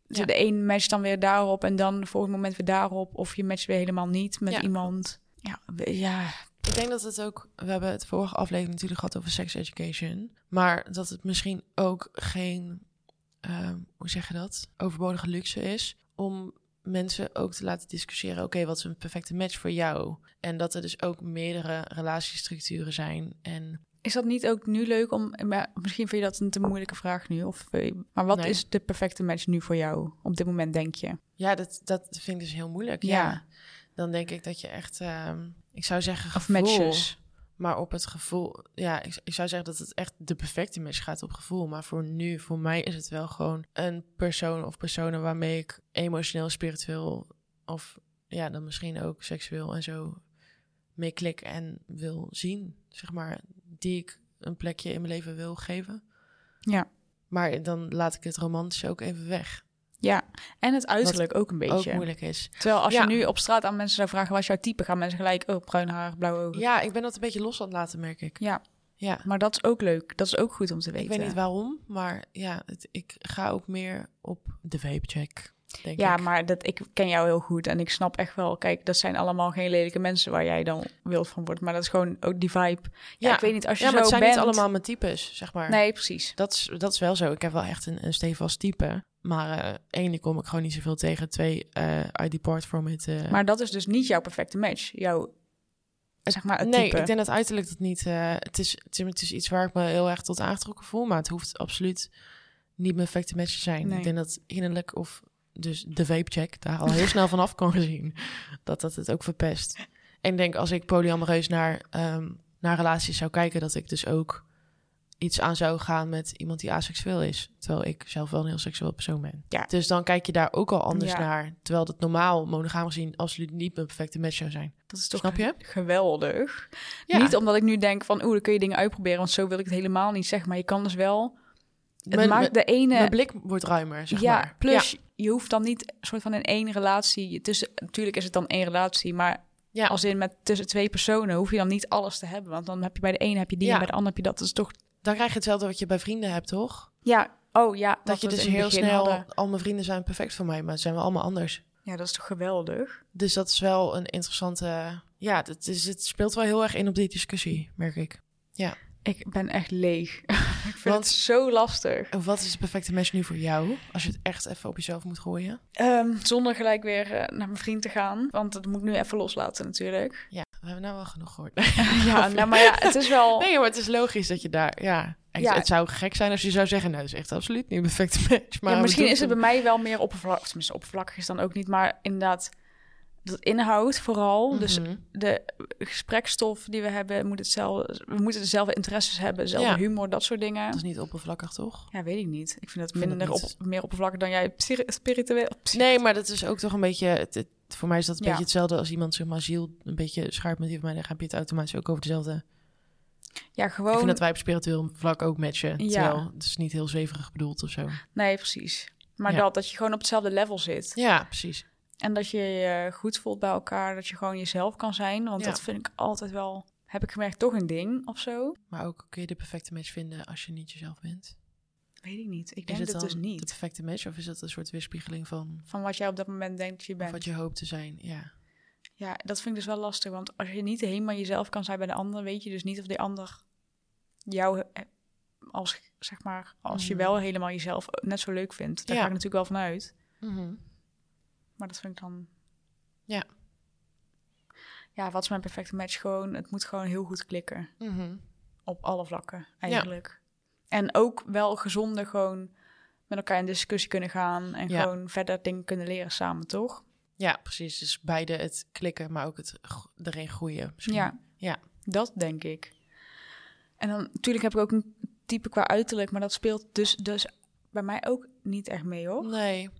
Dus Ja. De een match dan weer daarop en dan het volgende moment weer daarop. Of je matcht weer helemaal niet met Ja, iemand. Ja, we- ja, Ik denk dat het ook. We hebben het vorige aflevering natuurlijk gehad over sex education. Maar dat het misschien ook geen. ehm, hoe zeg je dat? Overbodige luxe is. Om mensen ook te laten discussiëren. Oké, wat is een perfecte match voor jou? En dat er dus ook meerdere relatiestructuren zijn. En Is dat niet ook nu leuk om... Maar misschien vind je dat een te moeilijke vraag nu. Of, eh, maar wat Nee. is de perfecte match nu voor jou? Op dit moment denk je. ja, dat, dat vind ik dus heel moeilijk. Ja. Ja. Dan denk ik dat je echt. ehm, ik zou zeggen. Of gevoel. matches. Maar op het gevoel, ja, ik, ik zou zeggen dat het echt de perfecte match gaat op gevoel. Maar voor nu, voor mij is het wel gewoon een persoon of personen waarmee ik emotioneel, spiritueel of ja, dan misschien ook seksueel en zo mee klik en wil zien, zeg maar, die ik een plekje in mijn leven wil geven. Ja. Maar dan laat ik het romantische ook even weg. Ja, en het uiterlijk ook een beetje. Ook moeilijk is. Terwijl als Ja. je nu op straat aan mensen zou vragen, wat is jouw type? Gaan mensen gelijk, oh, bruin haar, blauwe ogen. Ja, ik ben dat een beetje los aan het laten, merk ik. Ja. Ja. Maar dat is ook leuk. Dat is ook goed om te weten. Ik weet niet waarom, maar ja, het, ik ga ook meer op de vape-check, denk Ja, ik. maar dat, ik ken jou heel goed en ik snap echt wel, kijk, dat zijn allemaal geen lelijke mensen waar jij dan wild van wordt. Maar dat is gewoon ook die vibe. Ja, ik weet niet, als je ja, maar zo het zijn bent... niet allemaal mijn types, zeg maar. Nee, precies. Dat is, dat is wel zo. Ik heb wel echt een, een stevast type. Maar eh één, die kom ik gewoon niet zoveel tegen. Twee, eh I depart from it. eh. Maar dat is dus niet jouw perfecte match. Jouw, zeg maar, het nee, type. ik denk dat uiterlijk dat niet... eh, het, is, het, is, het is iets waar ik me heel erg tot aangetrokken voel. Maar het hoeft absoluut niet mijn perfecte match te zijn. Nee. Ik denk dat innerlijk of dus de vape-check daar al heel snel vanaf kan gezien. Dat dat het ook verpest. En ik denk als ik polyamoreus naar, ehm, naar relaties zou kijken... dat ik dus ook iets aan zou gaan met iemand die aseksueel is. Terwijl ik zelf wel een heel seksueel persoon ben. Ja. Dus dan kijk je daar ook al anders Ja. naar. Terwijl dat normaal, monogaam gezien, absoluut niet mijn perfecte match zou zijn. Dat is toch Snap je? geweldig. Ja. Niet omdat ik nu denk van, oeh, dan kun je dingen uitproberen, want zo wil ik het helemaal niet zeggen. Maar je kan dus wel... Het Mijn- maakt de ene... Mijn blik wordt ruimer, zeg ja, maar. plus je hoeft dan niet soort van in één relatie. Tussen, natuurlijk is het dan één relatie, maar Ja. als in met tussen twee personen hoef je dan niet alles te hebben. Want dan heb je bij de een heb je die Ja. en bij de ander heb je dat. Dat is toch. Dan krijg je hetzelfde wat je bij vrienden hebt, toch? Ja, oh ja. Dat je dus heel snel... Al mijn vrienden zijn perfect voor mij, maar ze zijn wel allemaal anders. Ja, dat is toch geweldig. Dus dat is wel een interessante... Ja, het, is, het speelt wel heel erg in op die discussie, merk ik. Ik ben echt leeg. ik vind Want- het zo lastig. En Wat is de perfecte match nu voor jou? Als je het echt even op jezelf moet gooien. Ehm, zonder gelijk weer eh, naar mijn vriend te gaan. Want dat moet ik nu even loslaten natuurlijk. Ja, we hebben nou wel genoeg gehoord. ja, nou, maar ja, het is wel... Nee, maar het is logisch dat je daar... Ja, het, Ja. het zou gek zijn als je zou zeggen... Nou, dat is echt absoluut niet een perfecte match. Maar ja, we misschien doen is het bij mij wel meer oppervlakkig. Tenminste, oppervlakkig is dan ook niet. Maar inderdaad, dat inhoud vooral. Dus Mhm. de gesprekstof die we hebben moet hetzelfde... We moeten dezelfde interesses hebben, dezelfde Ja. humor, dat soort Dat is dingen. niet oppervlakkig, toch? Ja, weet ik niet. Ik vind dat vind minder het op, niet. meer oppervlakkig dan jij psy- spiritueel... psy- Nee, maar dat is ook toch een beetje. Het, het- voor mij is dat een Ja. beetje hetzelfde als iemand zeg maar ziel een beetje scherp met die van mij. Dan heb je het automatisch ook over dezelfde. Ja, Ik gewoon... vind dat wij op spiritueel vlak ook matchen. Ja. Terwijl het is niet heel zweverig bedoeld of zo. Nee, precies. Maar Ja. dat, dat je gewoon op hetzelfde level zit. Ja, precies. En dat je je goed voelt bij elkaar. Dat je gewoon jezelf kan zijn. Want Ja. dat vind ik altijd wel... Heb ik gemerkt, toch een ding of zo? Maar ook kun je de perfecte match vinden als je niet jezelf bent. Weet ik niet. Ik Is denk het dat dan dus de niet. perfecte match of is dat een soort weerspiegeling van Van wat jij op dat moment denkt dat je bent. wat je hoopt te zijn? Ja. Ja, dat vind ik dus wel lastig. Want als je niet helemaal jezelf kan zijn bij de ander, weet je dus niet of die ander jou eh, als, zeg maar, als je Mm. wel helemaal jezelf eh, net zo leuk vindt. Daar Ja. ga ik natuurlijk wel van uit. Mhm. Maar dat vind ik dan. Ja. Ja, wat is mijn perfecte match? Gewoon, het moet gewoon heel goed klikken. Mhm. Op alle vlakken, eigenlijk. En ook wel gezonde gewoon met elkaar in discussie kunnen gaan. En Ja. gewoon verder dingen kunnen leren samen, toch? Ja, precies. Dus beide het klikken, maar ook het gro- erin groeien. Misschien. Ja. Ja. Dat denk ik. En dan natuurlijk heb ik ook een type qua uiterlijk, maar dat speelt dus, dus bij mij ook niet echt mee hoor. Nee.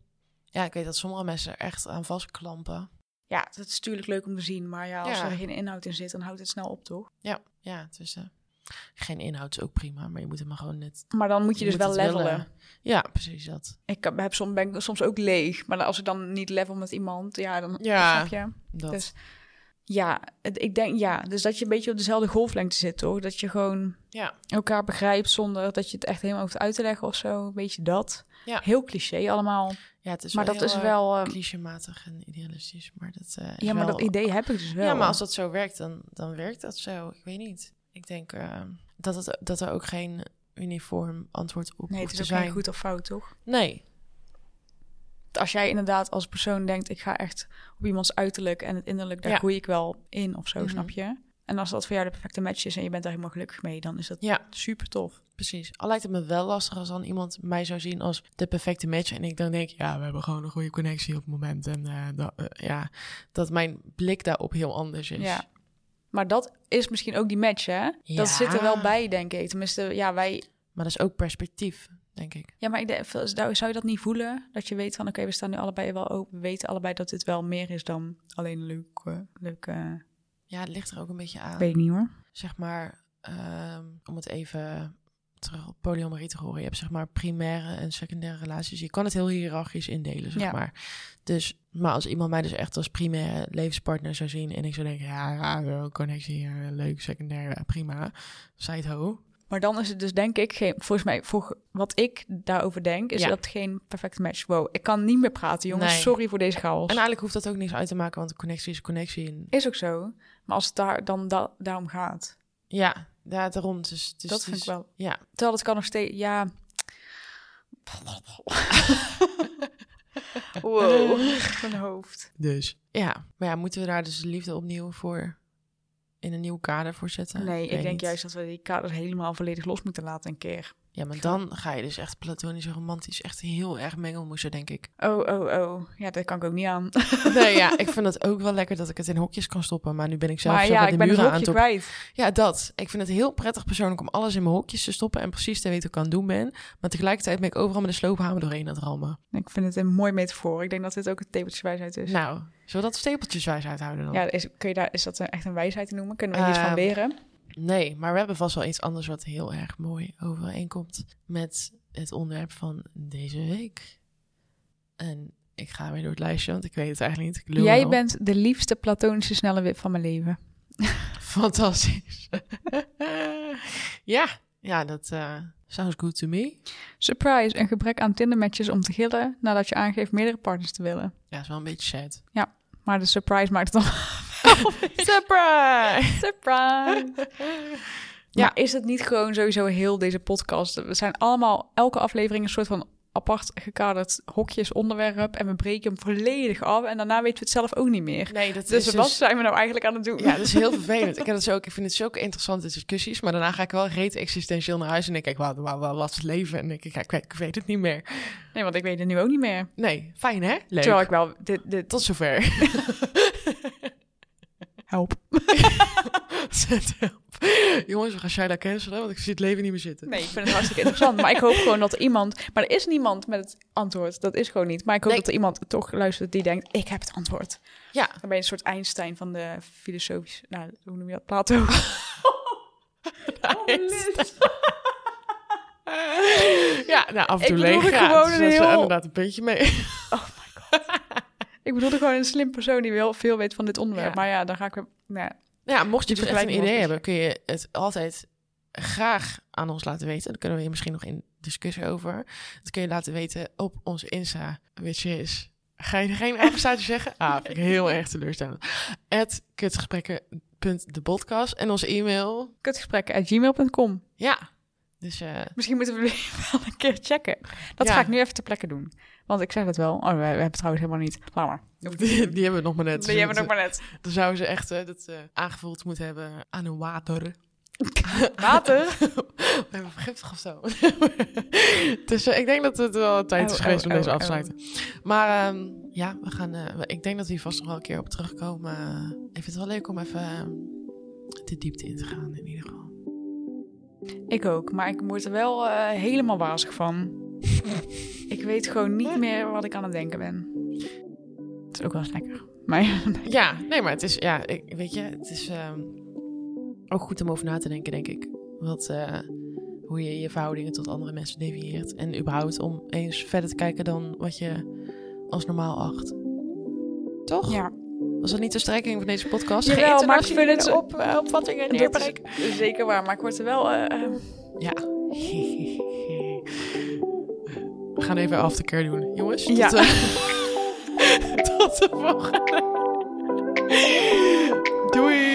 Ja, ik weet dat sommige mensen er echt aan vastklampen. Ja, dat is natuurlijk leuk om te zien, maar ja, als Ja. er geen inhoud in zit, dan houdt het snel op toch? Ja, ja, het is, eh, geen inhoud is ook prima, maar je moet hem gewoon net. Maar dan moet je, dus moet wel het levelen. willen. Ja, precies dat. Ik heb, heb soms, ben ik soms ook leeg, maar als ik dan niet level met iemand, ja, dan Ja. snap je. dat. Dus ja, het, ik denk ja, dus dat je een beetje op dezelfde golflengte zit toch? Dat je gewoon Ja, elkaar begrijpt zonder dat je het echt helemaal hoeft uit te leggen of zo. Een beetje dat. Ja. Heel cliché allemaal. ja, het is maar wel dat heel, is eh, wel. eh, clichématig en idealistisch, maar dat eh, is ja, maar wel- dat idee heb ik dus wel. Ja, maar als dat zo werkt, dan, dan werkt dat zo. Ik weet niet. Ik denk eh, dat, het, dat er ook geen uniform antwoord op nee, het hoeft is te ook geen zijn. goed of fout, toch? Nee, Als jij inderdaad als persoon denkt, ik ga echt op iemands uiterlijk en het innerlijk, daar Ja. groei ik wel in of zo, Mhm. snap je? En als dat voor jou de perfecte match is en je bent daar helemaal gelukkig mee, dan is dat Ja. super tof. precies. Al lijkt het me wel lastig als dan iemand mij zou zien als de perfecte match. En ik dan denk, ja, we hebben gewoon een goede connectie op het moment. En eh, dat, eh, ja, dat mijn blik daarop heel anders is. Ja. Maar dat is misschien ook die match, hè? Ja. Dat zit er wel bij, denk ik. Tenminste, ja, wij... Maar dat is ook perspectief, denk ik. Ja, maar ik denk, zou zou je dat niet voelen? Dat je weet van, oké, we staan nu allebei wel open. We weten allebei dat dit wel meer is dan alleen een leuke... leuke... Ja, het ligt er ook een beetje aan. eh, Weet ik niet, hoor. zeg maar, ehm, om het even terug op polyamorie te horen. Je hebt zeg maar primaire en secundaire relaties. Je kan het heel hiërarchisch indelen, zeg Ja. maar. Dus, maar als iemand mij dus echt als primaire levenspartner zou zien... en ik zou denken, ja, ja wel, connectie, ja, leuk, secundair, ja, prima. Zijt ho. Maar dan is het dus denk ik geen... Volgens mij, volg- wat ik daarover denk, is Ja. dat geen perfecte match. Wow, ik kan niet meer praten, jongens. Nee. Sorry voor deze chaos. En nou- eigenlijk hoeft dat ook niks uit te maken, want connectie is connectie. En Is ook zo. Maar als het daar dan da- daarom gaat, ja, ja, daarom. Dus, het is- dat het vind is- ik wel. Ja, Terwijl het kan nog steeds, ja. wow, mijn hoofd. dus. Ja, maar ja, moeten we daar dus de liefde opnieuw voor... in een nieuw kader voor zetten? Nee, Weet ik denk niet. juist dat we die kaders helemaal volledig los moeten laten een keer. Ja, maar dan ga je dus echt platonisch en romantisch echt heel erg mengelmoesen, denk ik. Oh, oh, oh. Ja, dat kan ik ook niet aan. Nee, ja, ik vind het ook wel lekker dat ik het in hokjes kan stoppen. Maar nu ben ik zelf maar zo ja, met de ik ben een muren aan het hokje op- kwijt. Ja, dat. Ik vind het heel prettig persoonlijk om alles in mijn hokjes te stoppen en precies te weten wat ik aan het doen ben. Maar tegelijkertijd ben ik overal met een sloophamer doorheen aan het rammen. Ik vind het een mooi metafoor. Ik denk dat dit ook een tepeltje wijsheid is. Nou, zullen we dat stapeltjeswijs uithouden dan? Ja, is, kun je daar, is dat een- echt een wijsheid te noemen? Kunnen we hier iets van Oh. Ehm, leren? Nee, maar we hebben vast wel iets anders wat heel erg mooi overeenkomt met het onderwerp van deze week. En ik ga weer door het lijstje, want ik weet het eigenlijk niet. Ik lul Jij wel. bent de liefste platonische snelle wip van mijn leven. Fantastisch. ja, ja, dat eh, sounds good to me. Surprise, een gebrek aan Tinder-matches om te gillen nadat je aangeeft meerdere partners te willen. Ja, is wel een beetje sad. Maar de surprise maakt het dan. Surprise! surprise! Ja, Ja. is het niet gewoon sowieso heel deze podcast? We zijn allemaal, elke aflevering een soort van apart gekaderd hokjes onderwerp. En we breken hem volledig af. En daarna weten we het zelf ook niet meer. Nee, dat Dus is wat zijn we nou eigenlijk aan het doen? Ja, dus- dat is heel vervelend. Ik, heb dat zo, ook- ik vind het zulke interessante discussies, maar daarna ga ik wel reet existentieel naar huis en ik kijk, wauw, wauw, wauw, wat is het leven? En ik, ik, ik, ik weet het niet meer. Nee, want ik weet het nu ook niet meer. Nee, fijn hè? Leuk. Terwijl ik wel... Dit, dit... Tot zover. Help. Zet help. Jongens, we gaan Shaila cancelen, want ik zie het leven niet meer zitten. Nee, ik vind het hartstikke interessant. Maar ik hoop gewoon dat er iemand... Maar er is niemand met het antwoord. Dat is gewoon niet. Maar ik hoop Nee. dat er iemand toch luistert die denkt... Ik heb het antwoord. Ja, Dan ben je een soort Einstein van de filosofische... Nou, hoe noem je dat? Plato. Oh, Oh, ja nou, af en Ik toe bedoel, leeg ik gaat, gewoon dus een dat is heel- inderdaad een beetje mee. ik bedoelde gewoon een slim persoon die wel veel weet van dit onderwerp. Ja. Maar ja, dan ga ik weer... Nou, ja. Ja, mocht je Die dus echt een vergelijking idee was hebben, kun je het altijd graag aan ons laten weten. Dan kunnen we hier misschien nog in discussie over. Dat kun je laten weten op onze Insta, which is... Ga je er geen eigen staatje zeggen? Ah, vind ik heel erg teleurstellend. At kutgesprekken.depodcast en onze e-mail. Kutgesprekken@gmail.com. Ja, dus eh, Misschien moeten we weer wel een keer checken. Dat Ja. ga ik nu even ter plekke doen. Want ik zeg het wel. Oh, we, we hebben het trouwens helemaal niet. Laat maar. die, die hebben we nog maar net. Die hebben Dus we nog maar net. dat- Dan zouden ze echt eh, dat eh, aangevoeld moeten hebben aan hun water. Water. We hebben vergiftig of zo. dus eh, ik denk dat het wel tijd is Oh, geweest oh, om deze oh, af te sluiten. Maar ehm, ja, we gaan, eh, we- ik denk dat we hier vast nog wel een keer op terugkomen. Ik vind het wel leuk om even eh, de diepte in te gaan in ieder geval. Ik ook, maar ik word er wel eh, helemaal wazig van. ik weet gewoon niet meer wat ik aan het denken ben. Het is ook wel eens lekker. Maar Ja, nee, maar het is, ja, ik, weet je, het is ehm, ook goed om over na te denken, denk ik. Wat, eh, hoe je je verhoudingen tot andere mensen devieert. En überhaupt om eens verder te kijken dan wat je als normaal acht. Toch? ja, Was dat niet de strekking van deze podcast? Jawel, Geen maar ik vind internationale het- op, eh, opvattingen en Nee, het is- doorbreken. zeker waar. Maar ik word er wel... eh, eh, Ja. We gaan even after care doen, jongens. Ja. Tot, eh, tot de volgende. Doei.